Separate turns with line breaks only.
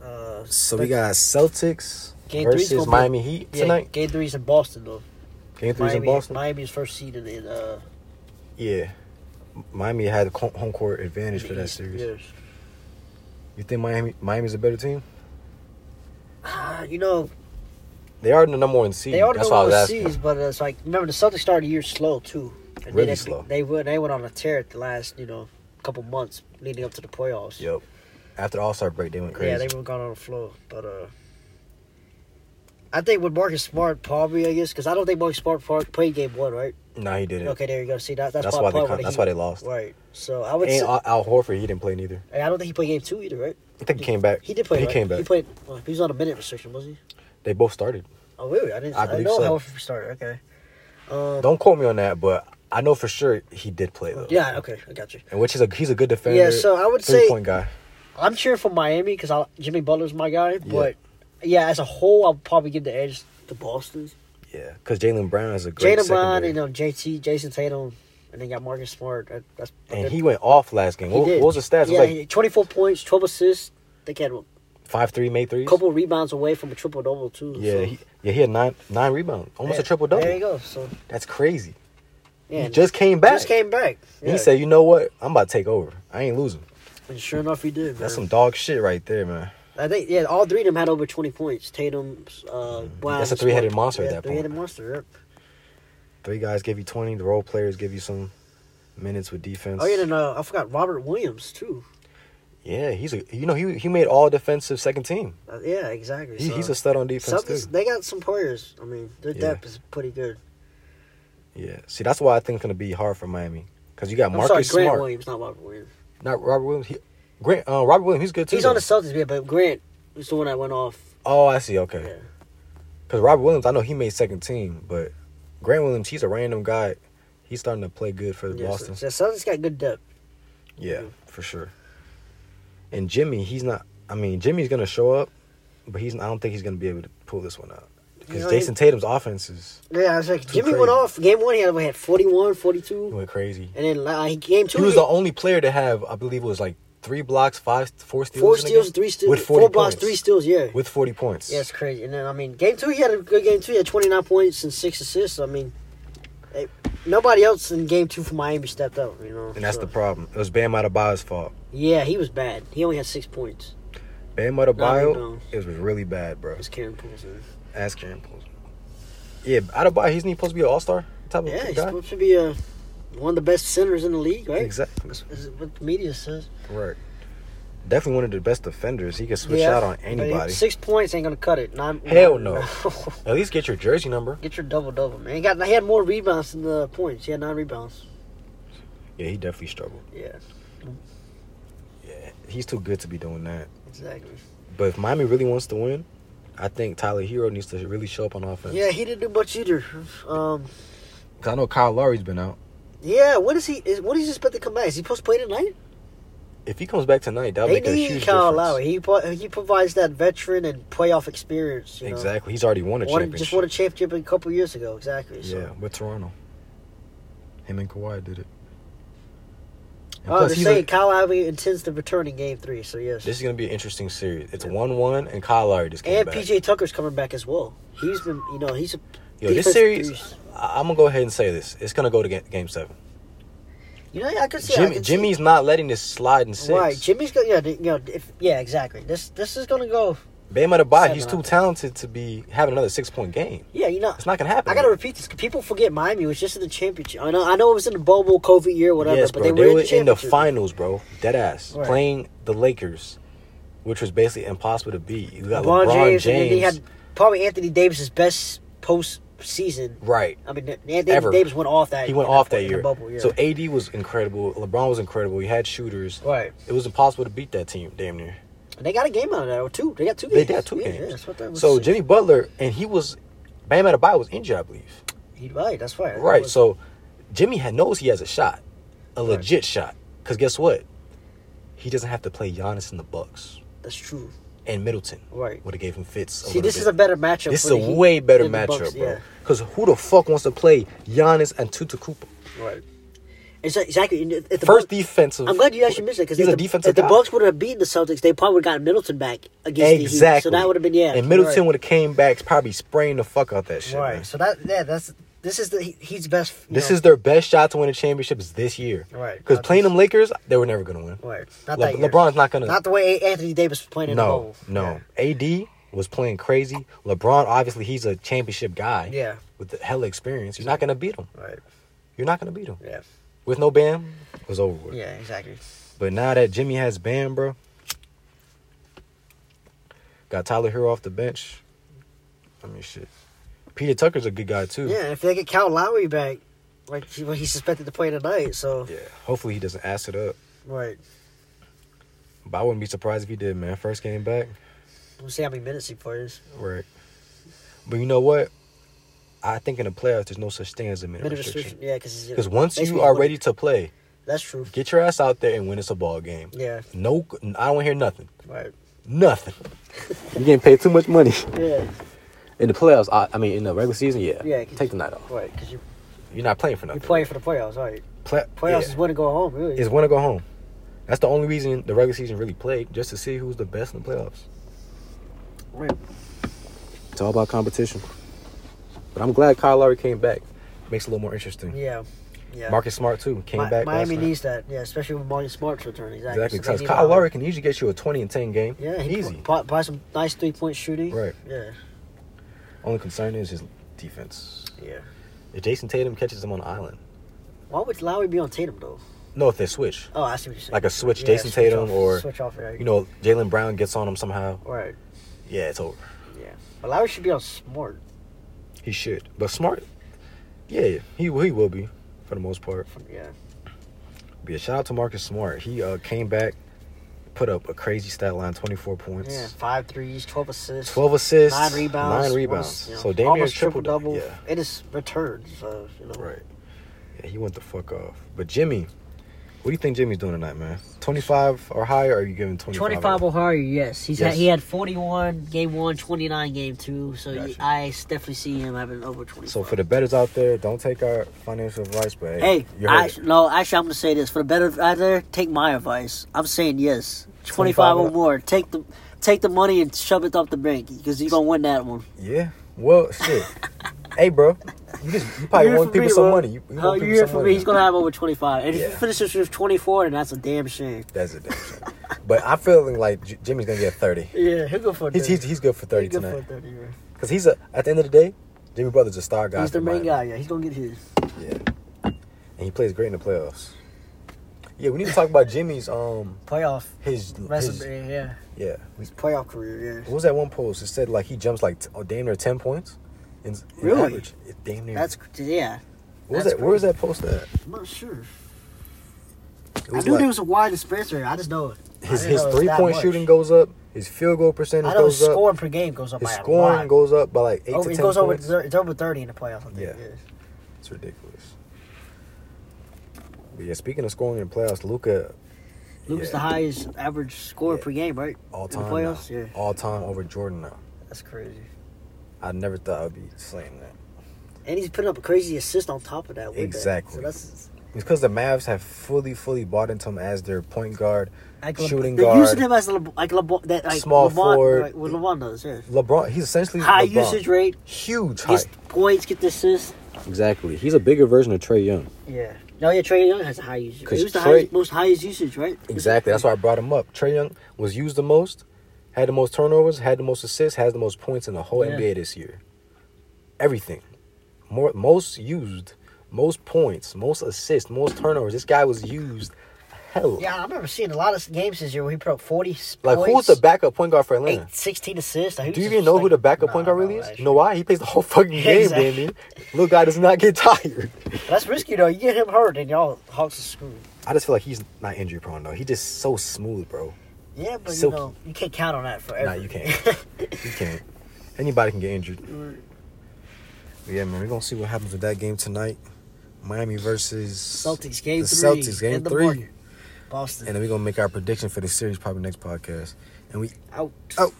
though.
So we got Celtics
Game three's gonna
versus
be-
Miami Heat
yeah,
tonight.
Game three's in Boston though.
Game three's in
Miami-
Boston.
Miami's first seed in, in uh
Yeah, Miami had co- home court advantage
in
for
the
that
East.
series.
Yes.
You think Miami Miami's a better team?
Ah, you know
They are the number one seed.
they are the
Hmm, That's why I was
one
asking.
seeds, but it's like remember the Celtics started the year slow too. And then
Really
they,
slow.
They went they went on a tear at the last you know couple months leading up to the playoffs.
Yep. After the All Star break, they went crazy.
Yeah, they were gone on the floor, but uh, I think with Marcus Smart probably I guess because I don't think Marcus Smart par- played game one, right?
nah, he didn't.
Okay, there you go. See that that's,
That's
probably
why they
probably
con-
he-
that's why they lost.
Right. So I would.
And
say-
Al-, Al Horford, he didn't play neither.
I don't think he played game two either, right?
I think he came back.
He did play.
He
right?
came back.
He played. Well, he was on a minute restriction, was he?
They both started.
Oh, really? I didn't.
I
I, didn't
believe
know
so.
how it started. Okay. Um,
Don't quote me on that, but I know for sure he did play though.
yeah. Okay. I got you.
And which is a he's a good defender.
Yeah, so I would say-
three point guy.
I'm cheering for Miami because Jimmy Butler's my guy, but yeah, as a whole, I'll probably give the edge to Boston.
Yeah, because Jalen Brown is a great
Jalen Brown,
secondary.
you know, JT, Jason Tatum, and then got Marcus Smart. That, that's
and he went off last game. What, what was the stats? It was
Yeah,
like
he- 24 points, 12 assists. They had a
five three, made threes.
couple rebounds away from a triple double too.
yeah,
so-
he, yeah, he had nine nine rebounds, almost
Yeah,
a triple double.
There you go. So
That's crazy.
yeah,
He just came back.
Just came back.
And
Yeah.
He said, "You know what? I'm about to take over. I ain't losing.
and sure enough, he did.
That's
man.
some dog shit right there, man.
I think yeah, all three of them had over twenty points. Tatum, uh, Brown.
Mm-hmm. That's a
and
three-headed
Smart.
monster at
yeah,
that point.
Three-headed monster. Yep.
Three guys give you twenty. The role players give you some minutes with defense.
Oh yeah, and uh, I forgot Robert Williams too.
Yeah, he's a you know he he made all defensive second team.
Uh, yeah, exactly.
He,
so,
he's a stud on defense
Celtics,
too.
They got some players. I mean, their
Yeah.
depth is pretty good.
Yeah, see that's why I think it's gonna be hard for Miami because you got
I'm
Marcus
sorry, Grant
Smart,
Williams, not Robert Williams.
not Robert Williams. He, Grant, uh, Robert Williams, he's good too.
He's on
though.
the Celtics, yeah, but Grant was the one that went off.
Oh, I see. Okay,
Yeah.
Because Robert Williams, I know he made second team, but Grant Williams, he's a random guy. He's starting to play good for
Yeah,
Boston.
So, so Celtics got good depth.
yeah, for sure. And Jimmy, he's not. I mean, Jimmy's gonna show up, but he's. I don't think he's gonna be able to pull this one out because
You know,
Jason Tatum's offense is
Yeah, I was like,
Too
Jimmy
crazy.
went off. Game one, he had, he had 41, 42.
he went crazy.
And then uh, he- game two,
He was the only player to have, I believe, it was like three blocks, five, four steals,
four
in a
steals,
game?
three steals,
with 40
four blocks,
points.
three steals. Yeah,
with forty points.
yeah, it's crazy. And then I mean, game two, he had a good game too. He had twenty nine points and six assists. I mean, eh, nobody else in game two for Miami stepped up. You know,
and that's
so-
the problem. It was Bam Adebayo's fault.
yeah, he was bad. He only had six points.
Bam
No, no.
Adebayo, it was really bad, bro.
It was Karen Pools. man.
Ask Karen Pulls. Yeah, Adebayo, he's not he supposed to be an all star type
Yeah,
of
he's
guy?
supposed to be uh, one of the best centers in the league, right?
Exactly.
That's- that's what the media says.
Right. Definitely one of the best defenders. He can switch
Yeah,
out on
but
anybody.
Six points ain't gonna cut it. Nine,
Hell no. At least get your jersey number.
Get your double double, man. He got he had more rebounds than the points. He had nine rebounds.
Yeah, he definitely struggled.
Yeah,
Yeah, he's too good to be doing that.
exactly.
But if Miami really wants to win, I think Tyler Hero needs to really show up on offense.
Yeah, he didn't do much either. Um,
'Cause I know Kyle Lowry's been out.
yeah, what is he? Is what is he supposed to come back? Is he supposed to play tonight?
If he comes back tonight, that'll
They
make a
need
huge
Kyle
difference.
Lowry. He pro- he provides that veteran and playoff experience. You know?
Exactly. He's already won a
Won-
championship.
just won a championship a couple years ago. Exactly. So. Oh,
yeah, with Toronto. Him and Kawhi did it. And
Oh,
plus
they're
he's a-
saying Kyle Lowry intends to return in Game Three. So yes.
This is gonna be an interesting series. It's one one, and Kyle Lowry just came
and
back.
PJ Tucker's coming back as well. He's been, you know, he's a
Yo, this
defensive
series,
threes.
I- I'm gonna go ahead and say this. It's gonna go to ga- game seven.
You know, I could see I
Jimmy,
could see-
Jimmy's not letting this slide in six.
Right, Jimmy's going. Yeah, the- you know, if, yeah, exactly. This this is gonna go.
Bam Adebayo,
Seven, uh, I
he's too
think.
talented to be having another six point game.
Yeah, you know,
It's not gonna happen.
I gotta repeat this. 'cause People forget Miami was just in the championship. I know, I know it was in the bubble COVID year, whatever.
yes,
but
bro.
they were in the,
in the
championship.
finals, bro. Dead ass
Right.
playing the Lakers, which was basically impossible to beat. You got
LeBron
LeBron,
James,
James,
and then he had probably Anthony Davis's best post season.
right.
I mean, Anthony
Ever.
Davis went off that.
He went
in
off
in
that
the
year.
bubble, yeah.
So eh, AD was incredible. LeBron was incredible. He had shooters.
right,
It was impossible to beat that team, damn near.
and they got a game out of that, or two. They got two.
They
Games.
did have two
yeah,
games.
Yeah, that's what that was.
so Jimmy Butler and he was Bam Adebayo was injured, I believe.
he, right, that's right. That
Right.
was-
So Jimmy had, knows he has a shot, a
Right.
legit shot. Because guess what? He doesn't have to play Giannis in the Bucks
that's true.
and Middleton.
Right.
Would have gave him fits.
See,
a little
this
bit.
is a better matchup.
This
for
is a
the Heat
way better
than the
matchup,
Bucks,
bro.
Yeah,
Because who the fuck wants to play Giannis and Tutu Cooper?
right. It's exactly. and If the
First
Bucs-
defensive.
I'm glad you actually missed it because
he's
if,
a
the-
defensive.
if the
guy.
Bucks would have beaten the Celtics, they probably would have gotten Middleton back against the Heat. So
Exactly.
that would have been yeah.
And Middleton
right.
would have came back, probably spraying the fuck out that shit.
Right.
man.
So that yeah, that's this is the he- Heat's best. you
This
know,
is their best shot to win a championship is this year.
Right.
Because
Not
playing
this-
them Lakers, they were never gonna win.
right. Not
Le-
that year.
LeBron's not gonna-
Not the way Anthony Davis was playing in the
No,
hole.
no. AD was playing crazy. LeBron, obviously, he's a championship guy.
Yeah.
With the hella experience, you're not gonna beat him.
Right.
You're not gonna beat him.
Yeah.
With no Bam, it was over. With.
Yeah. Exactly.
But now that Jimmy has Bam, bro, got Tyler Hero off the bench. I mean, shit. Peter Tucker's a good guy too.
Yeah. and If they get Cal Lowry back, like he, well, he's suspected to play tonight, so
Yeah. Hopefully he doesn't ass it up.
right.
But I wouldn't be surprised if he did, man. First game back.
We'll see how many minutes he plays.
Right. But you know what? I think in the playoffs, there's no such thing as a minute
Minute
restriction.
restriction. Yeah, because
Because once you are ready to play,
that's true.
get your ass out there and win us a ball game.
Yeah.
No, I don't hear nothing.
Right.
Nothing. You're getting paid too much money.
Yeah.
In the playoffs, I, I mean, in the regular season, yeah.
Yeah, 'cause-
Take the night off.
Right. Because you
You're not playing for nothing.
you play for the playoffs. Right.
Play,
Playoffs
yeah.
is when to go home. Really.
is want to go home. That's the only reason the regular season really played, just to see who's the best in the playoffs.
Right.
It's all about competition. But I'm glad Kyle Lowry came back. Makes it a little more interesting.
Yeah. Yeah.
Marcus Smart too came
Mi-
back. last
Miami
night.
needs that, yeah, especially when Marty Smart's return. Exactly.
exactly
So
because
they need
Kyle
Lowry.
Lowry can usually get you a 20 and 10 game.
Yeah, he
easy.
Buy, buy some nice three point shooting.
Right.
Yeah.
Only concern is his defense.
Yeah.
If Jason Tatum catches him on the island,
Why would Lowry be on Tatum though?
no, if they switch,
Oh, I see what you're saying.
like a switch,
Yeah,
Jason
switch
Tatum
off-
or
switch off. Yeah.
you know Jalen Brown gets on him somehow.
Right.
Yeah, it's over.
Yeah. But Lowry should be on Smart.
He should, but Smart, yeah, he he will be for the most part.
Yeah.
But yeah, shout out to Marcus Smart. He uh, came back, put up a crazy stat line, 24 points.
Yeah. Five threes, twelve assists,
12 assists,
nine rebounds,
nine
one
rebounds.
ass- you know,
so damn near
almost
triple double. Yeah,
It is returned. So you know.
right. Yeah, he went the fuck off. But Jimmy, what do you think Jimmy's doing tonight, man? 25 or higher? Or are you giving 25?
Twenty-five O'Hara, yes. He's
Yes.
Had, he had forty-one game one, twenty-nine game two. So he-
Gotcha.
I definitely see him having over twenty-five.
So for the betters out there, don't take our financial advice, but hey,
Hey,
you heard
I,
it.
no, actually, I'm gonna say this for the better of either. Take my advice. I'm saying yes,
25
25
and
or
up.
more. Take the take the money and shove it up the bank because you're gonna win that one.
yeah. Well, shit. hey, bro, you just you probably
You're
want
for
people
me,
some
bro.
money. You, you
Oh,
want
you
people
hear
some
from
money.
me? He's gonna have over 25, and if
Yeah.
he finishes with 24, then that's a damn shame.
That's a damn shame. But I'm feeling like J- Jimmy's gonna get 30.
Yeah, he'll go for
He's, he's, he's good for 30 tonight.
man.
Because he's a at the end of the day, Jimmy Butler's a star guy.
He's the
for
main guy.
Miami.
Yeah, he's gonna get his.
Yeah, and he plays great in the playoffs. Yeah, we need to talk about Jimmy's um
Playoff
his, his
resume, yeah.
yeah.
His playoff career,
What was that one post? It said like he jumps like t- oh, damn near ten points. In, in
Really?
Average. It- Damn near.
yeah. That's yeah.
what was
that's
that? Where was that post at?
I'm not sure.
It
I
was
knew
like
there was a wide dispenser. I just know it. I
his
didn't
his
know it was
three
that
point
much.
shooting goes up. His field goal percentage
I know his
goes up.
scoring per game goes up.
His
by a
scoring
lot.
goes up by like eight
Oh,
to
it
ten
goes over.
points.
It's over thirty in the playoffs. I think.
Yeah.
Yeah.
It's ridiculous. But yeah, speaking of scoring in the playoffs, Luca
Luke's
Yeah.
the highest average scorer
Yeah.
per game, right?
all
In the
time
playoffs.
now.
Yeah.
all time over Jordan now.
That's crazy.
I never thought I'd be saying that.
And he's putting up a crazy assist on top of that. with that.
Exactly.
So that's
It's because the Mavs have fully, fully bought into him as their point guard,
like Le-
shooting
they're
guard.
using him as a Le- like LeBron, that like
Small
LeBron,
forward.
like what LeBron does. Yeah.
LeBron, he's essentially
High
LeBron.
usage rate.
huge high.
Gets points. Get the assists.
Exactly, he's a bigger version of Trey Young.
Yeah. No, yeah. Trey Young has a high usage.
'Cause
He was the
Trae-
highest, most highest usage, right?
Exactly, that's why I brought him up. Trey Young was used the most, had the most turnovers, had the most assists, has the most points in the whole
Yeah.
NBA this year. Everything, more, most used, most points, most assists, most turnovers. This guy was used, hell.
Yeah, I remember seeing a lot of games this year where he put up forty.
Like
points,
who's the backup point guard for Atlanta?
eight, 16 assists. Like, he
Do you
was
even
just
know
like-
who the backup point
Nah,
guard really
nah,
is?
like-
You know why? He plays the whole fucking game,
Exactly.
damn it. Little guy does not get tired.
That's risky though. You get him hurt, and y'all Hawks are screwed.
I just feel like he's not injury prone though. He just so smooth, bro.
Yeah, but
Silky.
you know you can't count on that forever.
Nah, you can't. you can't. Anybody can get injured. But yeah, man, we're gonna see what happens with that game tonight. Miami versus
Celtics game
the
three.
Celtics game
in the
three.
market. Boston
And then we're gonna make our prediction for the series probably next podcast. And we
out.
out.